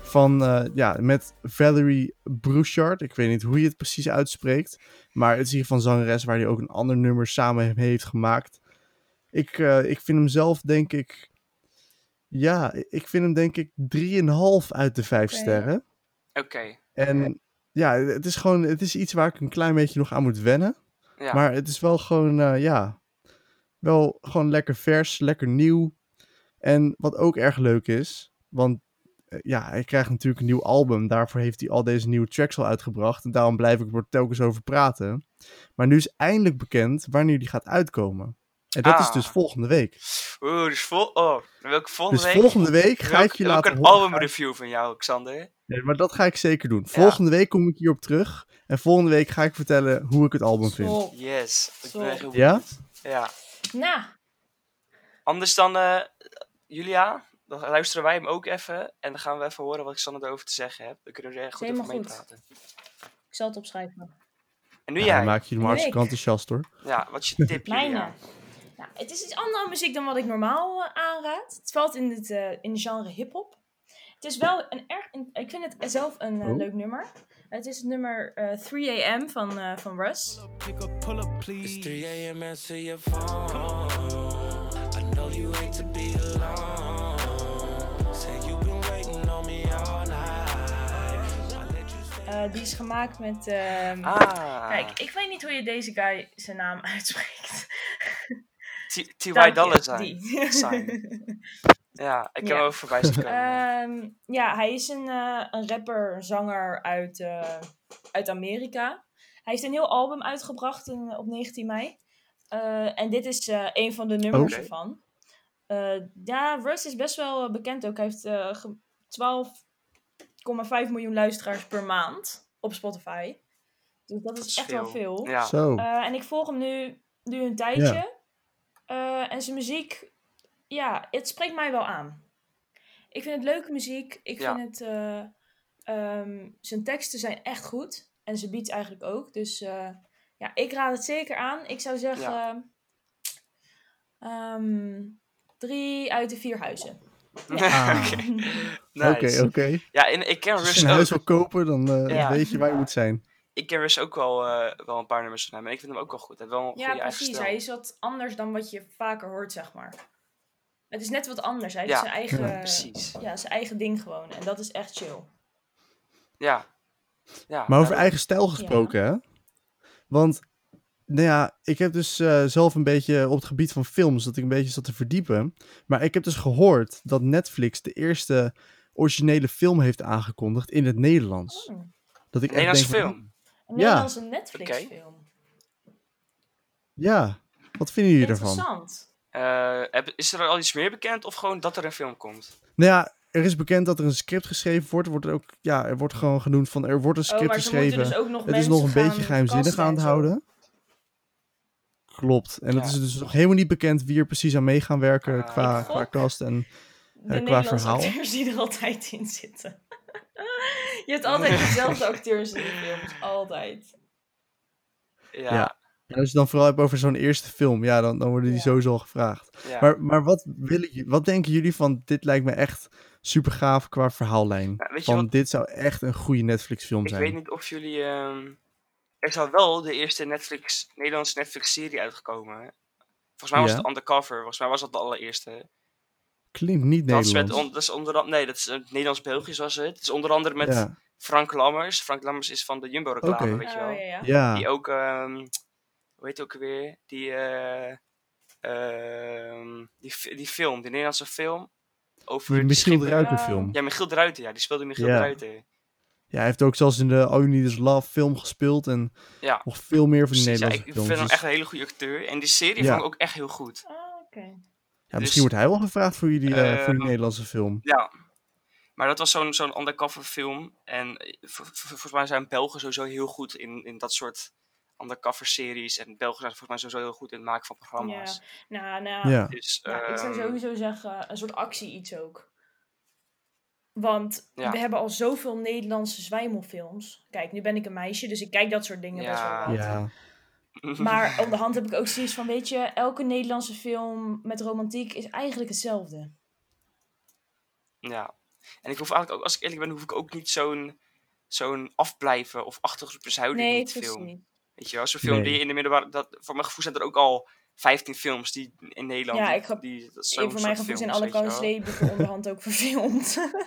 Speaker 5: Van, eh, ja, met Valerie Brouchard. Ik weet niet hoe je het precies uitspreekt. Maar het is hier van zangeres waar hij ook een ander nummer samen mee heeft gemaakt. Ik, eh, ik vind hem zelf, denk ik... Ja, ik vind hem denk ik 3,5 uit de 5
Speaker 4: Oké.
Speaker 5: sterren.
Speaker 3: Oké.
Speaker 5: En ja, het is gewoon... Het is iets waar ik een klein beetje nog aan moet wennen.
Speaker 3: Ja.
Speaker 5: Maar het is wel gewoon, eh, ja... Wel gewoon lekker vers, lekker nieuw. En wat ook erg leuk is... Want eh, ja, hij krijgt natuurlijk een nieuw album. Daarvoor heeft hij al deze nieuwe tracks al uitgebracht. En daarom blijf ik er telkens over praten. Maar nu is eindelijk bekend wanneer die gaat uitkomen. En dat is
Speaker 3: Ah.
Speaker 5: dus volgende week.
Speaker 3: Oeh, dus vol. Oh, dan wil ik volgende
Speaker 5: Dus
Speaker 3: week.
Speaker 5: volgende week
Speaker 3: wil
Speaker 5: ga ik je
Speaker 3: wil
Speaker 5: laten
Speaker 3: een
Speaker 5: horen.
Speaker 3: albumreview van jou, Xander.
Speaker 5: Nee, maar dat ga ik zeker doen. Volgende week kom ik hierop terug. En volgende week ga ik vertellen hoe ik het album vind.
Speaker 4: Stop.
Speaker 3: Yes. Ik
Speaker 4: Zo.
Speaker 3: ben echt heel
Speaker 5: Ja?
Speaker 3: benieuwd. Ja.
Speaker 4: Nou,
Speaker 3: Anders dan eh, Julia. Dan luisteren wij hem ook even. En dan gaan we even horen wat Xander erover te zeggen heeft. Dan kunnen we er echt goed over
Speaker 4: Helemaal goed.
Speaker 3: meepraten.
Speaker 4: ik zal het opschrijven.
Speaker 3: En nu
Speaker 5: Ja,
Speaker 3: jij.
Speaker 5: dan maak je hem hartstikke
Speaker 4: Week.
Speaker 5: enthousiast hoor.
Speaker 3: Ja, wat is je tip,
Speaker 4: Mijne.
Speaker 3: Julia?
Speaker 4: Nou, het is iets andere muziek dan wat ik normaal eh, aanraad. Het valt in het, eh, in het genre hip-hop. Het is wel een erg. een- ik vind het zelf een eh,
Speaker 5: Oh.
Speaker 4: leuk nummer. Het is het nummer eh, 3 AM van, eh, van Russ.
Speaker 6: It's 3 a.m. answer your phone. I know you hate to be alone. Say you been waiting on me all night. I let you stay.
Speaker 4: Eh, die is gemaakt met. ehm,
Speaker 3: Ah.
Speaker 4: Kijk, ik weet niet hoe je deze guy zijn naam uitspreekt.
Speaker 3: T-
Speaker 4: Dank
Speaker 3: T.Y.
Speaker 4: je,
Speaker 3: Dolla Sign.
Speaker 4: die.
Speaker 3: Sign. Ja, ik heb
Speaker 4: Ja.
Speaker 3: hem ook voorbij zien komen.
Speaker 4: Ehm, ja, hij is een, eh, een rapper, een zanger uit, eh, uit Amerika. Hij heeft een heel album uitgebracht in- op 19 mei. Eh, en dit is eh, een van de nummers
Speaker 3: Oké.
Speaker 4: ervan. Eh, ja, Russ is best wel eh, bekend ook. Hij heeft eh, ge- 12,5 miljoen luisteraars per maand op Spotify. Dus dat is,
Speaker 3: is
Speaker 4: echt wel veel.
Speaker 3: ja.
Speaker 5: Zo.
Speaker 4: Eh, en ik volg hem nu, nu een tijdje. Eh, en zijn muziek, ja, het spreekt mij wel aan. Ik vind het leuke muziek. Ik
Speaker 3: Ja.
Speaker 4: vind het. eh, ehm, zijn teksten zijn echt goed. En zijn beats eigenlijk ook. Dus eh, ja, ik raad het zeker aan. Ik zou zeggen. ehm, drie uit de vier huizen.
Speaker 5: Ah.
Speaker 3: Oké. Eh, Nice.
Speaker 5: Oké, oké.
Speaker 3: Ja, en ik ken
Speaker 5: Als
Speaker 3: Rush
Speaker 5: je een huis
Speaker 3: ook.
Speaker 5: wil kopen, dan eh,
Speaker 3: Ja.
Speaker 5: weet je waar je moet zijn.
Speaker 3: Ik ken Rush ook wel, eh, wel een paar nummers van hem. En ik vind hem ook wel goed. Hij heeft wel een
Speaker 4: Ja,
Speaker 3: goede eigen
Speaker 4: precies.
Speaker 3: stijl.
Speaker 4: Hij is wat anders dan wat je vaker hoort, zeg maar. Het is net wat anders. Hij
Speaker 3: Ja.
Speaker 4: heeft zijn eigen.
Speaker 5: Ja,
Speaker 3: Precies.
Speaker 4: ja, zijn eigen ding gewoon. En dat is echt chill.
Speaker 3: Ja. ja.
Speaker 5: Maar over
Speaker 3: ja,
Speaker 5: eigen stijl gesproken, hè? Want, nou ja, ik heb dus eh, zelf een beetje op het gebied van films dat ik een beetje zat te verdiepen. Maar ik heb dus gehoord dat Netflix de eerste originele film heeft aangekondigd in het Nederlands.
Speaker 4: Oh.
Speaker 5: Dat ik
Speaker 3: Een
Speaker 5: echt
Speaker 3: Nederlandse
Speaker 5: denk van,
Speaker 3: film.
Speaker 4: Een
Speaker 5: Ja.
Speaker 4: Nederlandse Netflix-film.
Speaker 5: Ja, wat vinden jullie ervan?
Speaker 4: Interessant.
Speaker 3: Eh, heb- is er al iets meer bekend of gewoon dat er een film komt?
Speaker 5: Nou ja, er is bekend dat er een script geschreven wordt. Er wordt, ook, ja, er wordt gewoon genoemd van er wordt een script
Speaker 4: Oh, maar ze moeten
Speaker 5: geschreven.
Speaker 4: dus ook nog
Speaker 5: Het is
Speaker 4: mensen
Speaker 5: nog een beetje
Speaker 4: gaan
Speaker 5: geheimzinnig
Speaker 4: casten
Speaker 5: aan
Speaker 4: en
Speaker 5: het
Speaker 4: zo.
Speaker 5: houden. Klopt. En
Speaker 3: Ja.
Speaker 5: het is dus nog helemaal niet bekend wie er precies aan mee gaan werken
Speaker 3: Ah.
Speaker 5: qua,
Speaker 4: Ik
Speaker 5: qua
Speaker 4: gok-
Speaker 5: cast. En
Speaker 4: De
Speaker 5: eh, qua
Speaker 4: Nederlandse
Speaker 5: verhaal.
Speaker 4: acteurs die er altijd in zitten. Je hebt altijd dezelfde acteurs in die films. Altijd.
Speaker 3: Ja.
Speaker 5: Ja. en als je het dan vooral hebt over zo'n eerste film, ja, dan, dan worden die
Speaker 4: Ja.
Speaker 5: sowieso al gevraagd.
Speaker 3: ja.
Speaker 5: Maar, maar wat, willen, jullie- wat denken jullie van, dit lijkt me echt super gaaf qua verhaallijn.
Speaker 3: Ja, weet je
Speaker 5: van,
Speaker 3: wat-
Speaker 5: dit zou echt een goede Netflix film
Speaker 3: ik
Speaker 5: zijn.
Speaker 3: weet niet of jullie... ehm, Er zou wel de eerste Netflix, Nederlandse Netflix-serie uitgekomen. hè? Volgens mij was
Speaker 5: Ja.
Speaker 3: het Undercover. Volgens mij was dat de allereerste.
Speaker 5: Klinkt niet
Speaker 3: Dat is,
Speaker 5: Nederlands.
Speaker 3: met, on- dat is onder andere... Nee, dat is eh, Nederlands-Belgisch was het. Het is onder andere met
Speaker 5: Ja,
Speaker 3: Frank Lammers. Frank Lammers is van de Jumbo-reclame,
Speaker 5: Oké.
Speaker 3: weet
Speaker 4: Oh,
Speaker 3: je wel.
Speaker 4: ja, ja.
Speaker 5: ja.
Speaker 3: Die ook, ehm hoe heet het ook weer? Die, eh, ehm, die, fi- die film, die Nederlandse film. Over
Speaker 5: Die
Speaker 3: de
Speaker 5: Michiel de
Speaker 3: schipper-
Speaker 5: Ruiter
Speaker 4: Ja.
Speaker 5: film.
Speaker 3: Ja, Michiel de Ruiter, ja. Die speelde Michiel
Speaker 5: Ja.
Speaker 3: de Ruiter.
Speaker 5: Ja, hij heeft ook zelfs in de All You Need Is Love film gespeeld. En
Speaker 3: Ja.
Speaker 5: nog veel meer van die
Speaker 3: Precies, ja, ik
Speaker 5: Nederlandse
Speaker 3: vind
Speaker 5: films.
Speaker 3: hem
Speaker 5: dus-
Speaker 3: echt een hele goede acteur. En die serie
Speaker 5: Ja.
Speaker 3: vond ik ook echt heel goed.
Speaker 4: Ah, oké.
Speaker 5: ja,
Speaker 3: dus-
Speaker 5: misschien wordt hij wel gevraagd voor, jullie, eh, voor die
Speaker 3: Ehm,
Speaker 5: Nederlandse film.
Speaker 3: Ja. Maar dat was zo'n zo'n undercover film. En eh, vo- vo- volgens mij zijn Belgen sowieso heel goed in, in dat soort undercover series. En Belgen zijn volgens mij sowieso heel goed in het maken van programma's.
Speaker 4: Nou, nou,
Speaker 5: Ja.
Speaker 3: Dus,
Speaker 4: nou, ik zou
Speaker 3: ehm,
Speaker 4: sowieso zeggen, een soort actie iets ook. Want
Speaker 3: Ja.
Speaker 4: we hebben al zoveel Nederlandse zwijmelfilms. Kijk, nu ben ik een meisje, dus ik kijk dat soort dingen best wel
Speaker 3: Ja.
Speaker 4: wat.
Speaker 5: Ja,
Speaker 4: Maar aan de hand heb ik ook zoiets van, weet je, elke Nederlandse film met romantiek is eigenlijk hetzelfde.
Speaker 3: Oh, Ja. En ik hoef eigenlijk ook, als ik eerlijk ben, hoef ik ook niet zo'n zo'n afblijven of achtergrondbezuiding
Speaker 4: Nee,
Speaker 3: in de
Speaker 4: precies.
Speaker 3: film. Weet je wel, zo'n film
Speaker 5: Nee.
Speaker 3: die je in de middelbare... Dat, voor mijn gevoel zijn er ook al 15 films die in Nederland...
Speaker 4: Ja,
Speaker 3: die-
Speaker 4: ik heb-
Speaker 3: die, dat zo'n
Speaker 4: Ik, voor mijn
Speaker 3: soort
Speaker 4: gevoel zijn
Speaker 3: films,
Speaker 4: alle
Speaker 3: weet je wel.
Speaker 4: kansleeboeken onderhand ook verfilmd.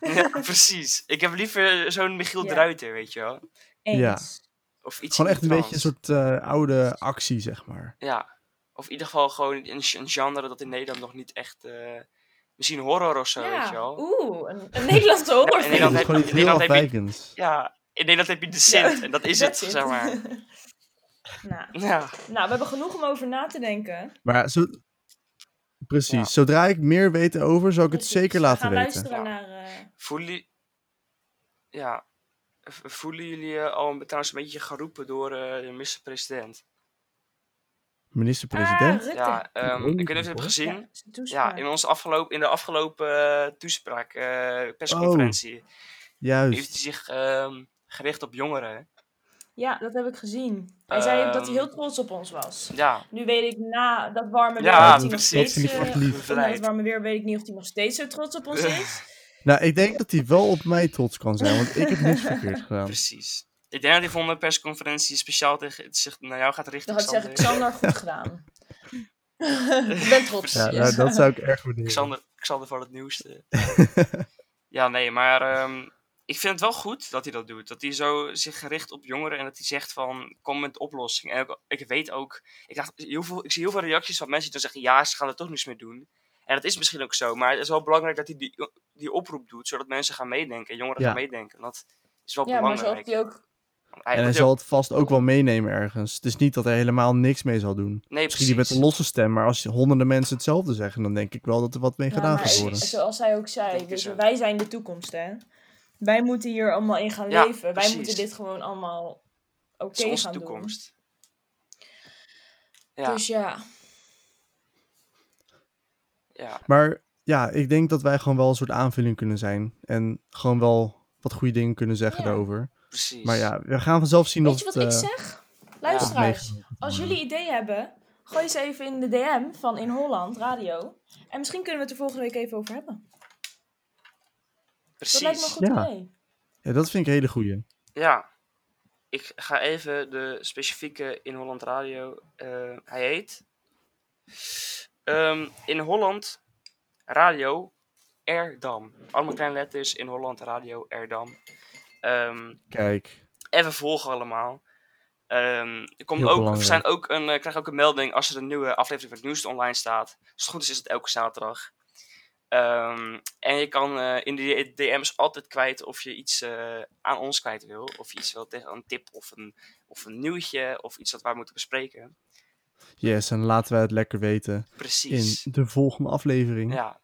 Speaker 3: Ja, precies. Ik heb liever zo'n Michiel
Speaker 4: Ja.
Speaker 3: de Ruiter, weet je wel.
Speaker 4: Eens.
Speaker 5: Ja.
Speaker 3: Of iets
Speaker 5: gewoon
Speaker 3: in
Speaker 5: echt een
Speaker 3: die
Speaker 5: beetje een
Speaker 3: trant.
Speaker 5: soort eh, oude actie, zeg maar.
Speaker 3: Ja. Of in ieder geval gewoon een, gen- een genre dat in Nederland nog niet echt... eh, misschien horror of zo, weet je
Speaker 4: Ja,
Speaker 3: wel.
Speaker 4: oeh, een, een Nederlandse horrorfilm.
Speaker 3: Nederland
Speaker 5: Het is
Speaker 3: heb-
Speaker 5: gewoon
Speaker 3: in
Speaker 5: iets heel
Speaker 3: Nederland heb je-
Speaker 5: afwijkends.
Speaker 3: Ja, in Nederland heb je de Sint
Speaker 4: Ja,
Speaker 3: en dat is het,
Speaker 4: that's it.
Speaker 3: zeg maar.
Speaker 4: nou,
Speaker 3: Ja.
Speaker 4: nou, we hebben genoeg om over na te denken.
Speaker 5: Maar zo... Precies.
Speaker 3: Ja.
Speaker 5: Zodra ik meer weet over, zal ik het
Speaker 4: Precies.
Speaker 5: zeker laten
Speaker 4: We gaan
Speaker 5: weten.
Speaker 4: luisteren
Speaker 3: Ja.
Speaker 4: naar... eh,
Speaker 3: Voelen jullie... Ja. V- Voelen jullie je al een, trouwens een beetje geroepen door eh, de minister-president?
Speaker 5: Minister-president.
Speaker 4: Ah, Rutte.
Speaker 3: Ja, ehm,
Speaker 5: weet niet
Speaker 3: ik weet niet of je het
Speaker 5: hoor.
Speaker 3: hebt gezien.
Speaker 4: Ja, zijn toespraak.
Speaker 3: Ja, in, onze afgelopen, in de afgelopen eh, toespraak, eh,
Speaker 5: Oh.
Speaker 3: persconferentie, heeft
Speaker 5: Juist.
Speaker 3: hij zich ehm, gericht op jongeren.
Speaker 4: Ja, dat heb ik gezien. Hij zei ook dat hij
Speaker 3: Ehm,
Speaker 4: heel trots op ons was.
Speaker 3: Ja,
Speaker 4: Nu weet ik na dat warme weer
Speaker 3: ja
Speaker 4: dat hij nog
Speaker 3: precies.
Speaker 4: steeds...
Speaker 5: vind ik
Speaker 4: eh,
Speaker 5: echt lief.
Speaker 4: na dat
Speaker 3: Beleid.
Speaker 4: warme weer weet ik niet of hij nog steeds zo trots op ons is.
Speaker 5: Nou, ik denk dat hij wel op mij trots kan zijn, want ik heb niks verkeerd gedaan.
Speaker 3: Precies. Ik denk dat hij volgende persconferentie speciaal tegen, zich naar jou gaat richten.
Speaker 4: Dan had ik zeggen,
Speaker 3: Xander.
Speaker 4: Xander, goed gedaan. ik ben trots.
Speaker 5: Ja,
Speaker 4: op je.
Speaker 5: nou, dat zou ik erg waarderen.
Speaker 3: Xander, Xander van het nieuwste. ja, nee, maar ehm, ik vind het wel goed dat hij dat doet. Dat hij zo zich gericht op jongeren en dat hij zegt van, kom met oplossing. En ook- ik weet ook, ik, dacht, heel veel, ik zie heel veel reacties van mensen die dan zeggen, ja, ze gaan er toch niets meer doen. En dat is misschien ook zo, maar het is wel belangrijk dat hij die, die oproep doet, zodat mensen gaan meedenken, jongeren
Speaker 5: Ja.
Speaker 3: gaan meedenken. Want Dat is wel
Speaker 4: Ja, maar
Speaker 3: belangrijk.
Speaker 4: zoals hij ook...
Speaker 3: Want
Speaker 5: En hij
Speaker 3: want
Speaker 5: zal het vast ook wel meenemen ergens. Het is niet dat hij helemaal niks mee zal doen.
Speaker 3: nee,
Speaker 5: Misschien niet met een
Speaker 3: precies.
Speaker 5: losse stem, maar als honderden mensen hetzelfde zeggen, dan denk ik wel dat er wat mee
Speaker 4: Ja,
Speaker 5: gedaan
Speaker 4: maar
Speaker 5: gaat
Speaker 4: ik-
Speaker 5: worden.
Speaker 3: precies.
Speaker 4: Zoals hij ook zei,
Speaker 3: Denk ik
Speaker 4: weet je,
Speaker 3: zo.
Speaker 4: wij zijn de toekomst, hè. Wij moeten hier allemaal in gaan
Speaker 3: Ja,
Speaker 4: leven. Wij
Speaker 3: precies.
Speaker 4: moeten dit gewoon allemaal oké
Speaker 3: Het is onze
Speaker 4: gaan
Speaker 3: toekomst.
Speaker 4: doen.
Speaker 3: Ja,
Speaker 4: Dus ja,
Speaker 3: ja,
Speaker 5: Maar ja, ik denk dat wij gewoon wel een soort aanvulling kunnen zijn. En gewoon wel wat goede dingen kunnen zeggen
Speaker 4: Ja.
Speaker 5: daarover.
Speaker 3: precies.
Speaker 5: Maar ja, we gaan vanzelf zien
Speaker 4: weet
Speaker 5: of
Speaker 4: je wat
Speaker 5: het,
Speaker 4: ik
Speaker 5: eh,
Speaker 4: zeg? Luisteraars, als jullie ideeën hebben, gooi ze even in de DM van In Holland Radio. En misschien kunnen we het er volgende week even over hebben.
Speaker 3: precies.
Speaker 4: Dat lijkt me een goed
Speaker 5: Ja.
Speaker 4: idee.
Speaker 5: Ja, dat vind ik een hele goeie.
Speaker 3: Ja, ik ga even de specifieke in Holland Radio. eh, hij heet. ehm, in Holland Radio Erdam. Allemaal kleine letters in Holland Radio Erdam. Ehm,
Speaker 5: Kijk,
Speaker 3: even volgen allemaal. Ehm er komt
Speaker 5: Heel
Speaker 3: ook, we
Speaker 5: belangrijk.
Speaker 3: zijn ook een, eh, krijgen ook een melding als er een nieuwe aflevering van het nieuws online staat. Als het goed is, is het elke zaterdag. Ehm, en je kan eh, in de DM's altijd kwijt of je iets eh, aan ons kwijt wil. Of je iets wil tegen een tip of een, of een nieuwtje of iets wat wij moeten bespreken.
Speaker 5: yes, en laten wij het lekker weten in
Speaker 3: Precies.
Speaker 5: de volgende aflevering.
Speaker 3: Ja.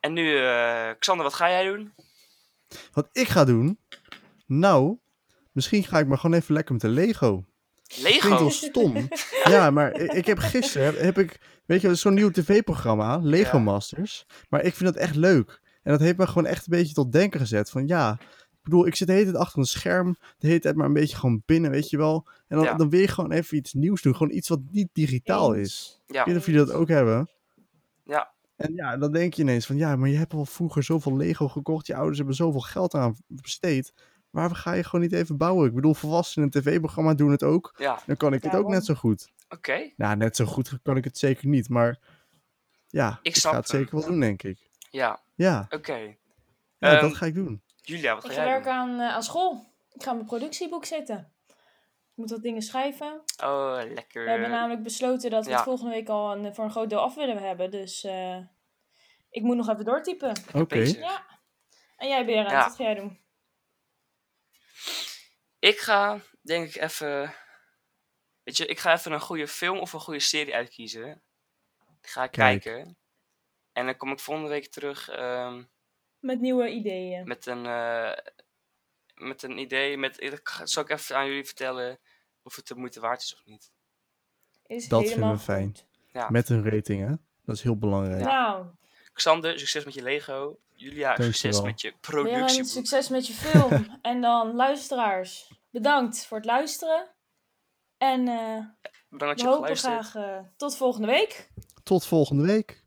Speaker 3: En nu, eh, Xander, wat ga jij doen?
Speaker 5: Wat ik ga doen, nou, misschien ga ik maar gewoon even lekker met de Lego. Klinkt
Speaker 3: Lego?
Speaker 5: wel stom. ja, maar i- ik heb gisteren, heb, heb ik, weet je, wel, zo'n nieuw tv-programma, Lego
Speaker 3: Ja.
Speaker 5: Masters. Maar ik vind dat echt leuk. En dat heeft me gewoon echt een beetje tot denken gezet. Van ja, ik bedoel, ik zit de hele tijd achter een scherm, de hele tijd maar een beetje gewoon binnen, weet je wel. En dan,
Speaker 3: Ja.
Speaker 5: dan wil je gewoon even iets nieuws doen, gewoon iets wat niet digitaal
Speaker 4: Eens.
Speaker 5: is.
Speaker 3: Ja,
Speaker 5: Ik weet niet of jullie dat ook hebben.
Speaker 3: Ja.
Speaker 5: En ja, dan denk je ineens van ja, maar je hebt al vroeger zoveel Lego gekocht. Je ouders hebben zoveel geld aan besteed. Waarom ga je gewoon niet even bouwen? Ik bedoel, volwassenen een tv-programma doen het ook.
Speaker 3: ja.
Speaker 5: Dan kan ik het ook
Speaker 4: Daarom.
Speaker 5: net zo goed.
Speaker 3: oké.
Speaker 5: Nou, net zo goed kan ik het zeker niet. Maar ja, ik,
Speaker 3: snap
Speaker 5: ga het
Speaker 3: hem.
Speaker 5: zeker wel doen, denk ik.
Speaker 3: Ja,
Speaker 5: Ja,
Speaker 3: oké.
Speaker 5: ja,
Speaker 3: Ehm,
Speaker 5: dat ga ik doen.
Speaker 3: Julia, wat
Speaker 4: Ik
Speaker 3: ga
Speaker 4: ga
Speaker 3: jij doen?
Speaker 4: werken aan, eh, aan school. Ik ga mijn productieboek zetten. Ik moet wat dingen schrijven.
Speaker 3: Oh, lekker.
Speaker 4: We hebben namelijk besloten dat we
Speaker 3: ja.
Speaker 4: het volgende week al een, voor een groot deel af willen hebben. Dus eh, ik moet nog even doortypen.
Speaker 5: Oké.
Speaker 3: bezig.
Speaker 4: Ja. En jij, Berend,
Speaker 3: Ja.
Speaker 4: wat ga jij doen?
Speaker 3: Ik ga, denk ik, even... Weet je, ik ga even een goede film of een goede serie uitkiezen. Die ga ik
Speaker 5: Kijk.
Speaker 3: kijken. En dan kom ik volgende week terug ehm,
Speaker 4: Met nieuwe ideeën.
Speaker 3: met, een, eh, met een idee. Met, ik ga- zal ik even aan jullie vertellen of het de moeite waard is of niet.
Speaker 4: Is
Speaker 5: Dat
Speaker 4: helemaal
Speaker 5: vinden we fijn.
Speaker 4: goed.
Speaker 5: Met een rating, hè? Dat is heel belangrijk.
Speaker 4: Nou,
Speaker 3: Xander, succes met je Lego. Julia,
Speaker 5: Dankjewel.
Speaker 3: succes met je
Speaker 4: Beren,
Speaker 3: productie.
Speaker 4: succes met je film. en dan luisteraars, bedankt voor het luisteren. En eh,
Speaker 3: Bedankt dat
Speaker 4: we
Speaker 3: je hebt
Speaker 4: hopen
Speaker 3: geluisterd.
Speaker 4: graag eh, tot volgende week.
Speaker 5: Tot volgende week.